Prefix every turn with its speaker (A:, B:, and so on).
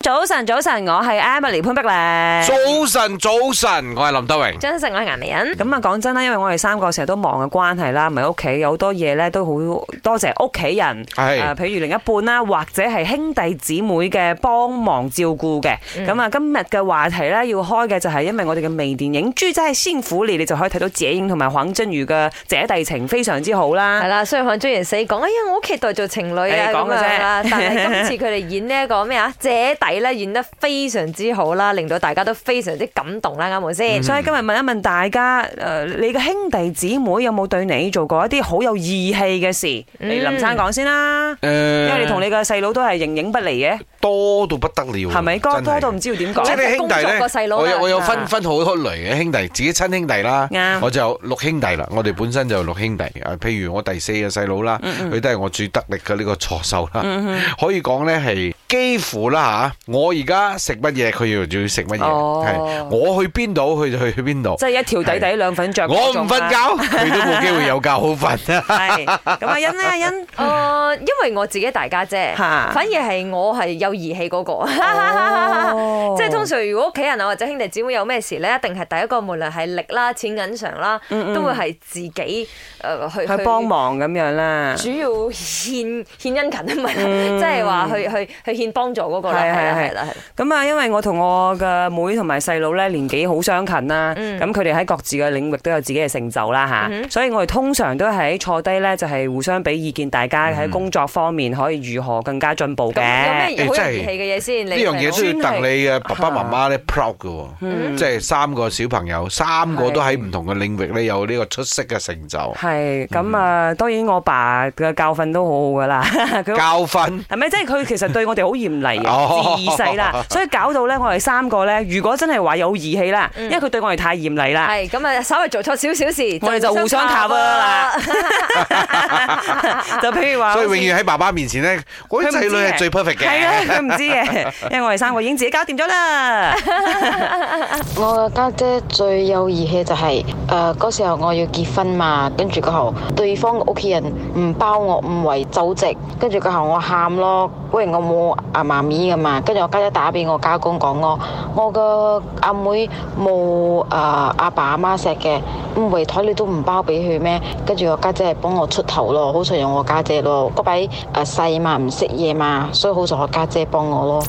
A: 早晨，早晨，我係 Emily 潘碧玲。
B: 早晨，早晨，我係林德榮。
A: 真實我係顏美 人。咁啊，講真啦，因為我哋三個成日都忙嘅關係啦，唔係屋企有好多嘢咧，都好多謝屋企人。誒，
B: 係
A: 譬如另一半啦，或者係兄弟姊妹嘅幫忙照顧嘅。咁啊，今日嘅話題咧要開嘅就係因為我哋嘅微電影《豬仔先苦你》，你就可以睇到謝英同埋黃俊瑜嘅姐弟情非常之好啦
C: 系。啦，雖然韓追完死講，哎呀，我好期待做情侶啊
A: 誒講
C: 咁
A: 嘅啫
C: 樣 啦。但係今次佢哋演呢一個咩啊姐弟咧，演得非常之好啦，令到大家都非常之感動啦，啱冇 先？
A: 所以今日問一問大家，誒、你嘅兄弟姊妹有冇對你做過一啲好有義氣嘅事？
C: 嗯
A: 你林生講先啦，因為你同你嘅細佬都係形影不離嘅，
B: 多到不得了，啊
A: 係咪？哥
B: 真係哦
A: 多到唔知要點
B: 即
A: 講。
B: 係你兄弟
C: 工作過細
B: 咧，
C: 佬啦
B: 我有我有
C: 啊
B: 分分好多類嘅兄弟，自己親兄弟啦
A: 啱，
B: 我就有六兄弟啦，我哋本身就有六兄弟啊。譬如我第四個細佬啦，
A: 嗯
B: 佢都係我最得力嘅呢個助手啦，可以講咧係幾乎啦嚇。我而家食乜嘢，佢要就要食乜嘢，
C: 哦
B: 係我去邊度，佢就去邊度
A: 即。係一條底底兩份着
B: 我
A: 嗰
B: 唔
A: 種啦。
B: 瞓覺，佢都冇機會有覺好瞓。啊
A: 係咁阿欣 咧，阿欣
C: 誒，哦因為我自己大家姐，
A: 嗯 嚇
C: 反而係我係有義氣嗰個。
A: 哦
C: 即係通常如果屋企人啊或者兄弟姊妹有咩事咧，一定係第一個，無論係力啦、錢銀上啦，都會係自己誒去
A: 嗯去幫。忙咁樣啦。
C: 主要獻獻殷勤啊，唔係
B: 嗯
C: 啦，即係話去去去獻幫助嗰個啦，
A: 係係
C: 係啦
A: 係
C: 係啦係啦。
A: 咁啊，因為我同我嘅妹同埋細佬咧年紀好相近啦，
C: 嗯
A: 咁佢哋喺各自嘅領域都有自己嘅成就啦吓，所以我哋通常都喺坐低咧就係互相俾意見，大家喺工作方面可以如何更加進步
C: 咁有
A: 嘅。
C: 咩好
B: 誒真
C: 有
B: 係
C: 義氣嘅嘢先？
B: 呢
C: 呢
B: 樣嘢都要等你嘅爸爸媽媽咧 proud 嘅
A: 嗯
B: 喎，即係三個小朋友，三個都喺唔同嘅領域咧有呢個出色嘅成就。
A: 係咁啊，當然我爸嘅教訓都好好噶 啦，佢
B: 教訓
A: 係咪？即係佢其實對我哋好嚴厲啊
B: 哦
A: 嘅，自細啦，所以搞到咧我哋三個咧，如果真係話有義氣啦，
B: 嗯
A: 因為佢對我哋太嚴厲啦。
C: 係咁啊，稍微做錯少少事，
A: 我哋就互相 cover 啦。 就譬如話，
B: 所以永遠喺爸爸面前咧，我啲仔女係最 perfect
A: 係啊，
B: 嘅。
A: 佢唔知嘅，因為我哋三個已經自己搞掂咗啦。
D: 我家姐最有義氣就係誒嗰時候我要結婚嘛，跟住過後對方屋企人唔包我五圍酒席，跟住過後我喊咯，喂我冇阿媽咪噶嘛，跟住我家姐打俾我家公講我，我個阿妹冇誒阿爸阿媽錫嘅，五圍台你都唔包俾佢咩？跟住我家姐係幫我出呃頭咯，好彩有我家姐咯，嗰擺誒細嘛唔識嘢嘛，所以好彩我家姐幫我咯。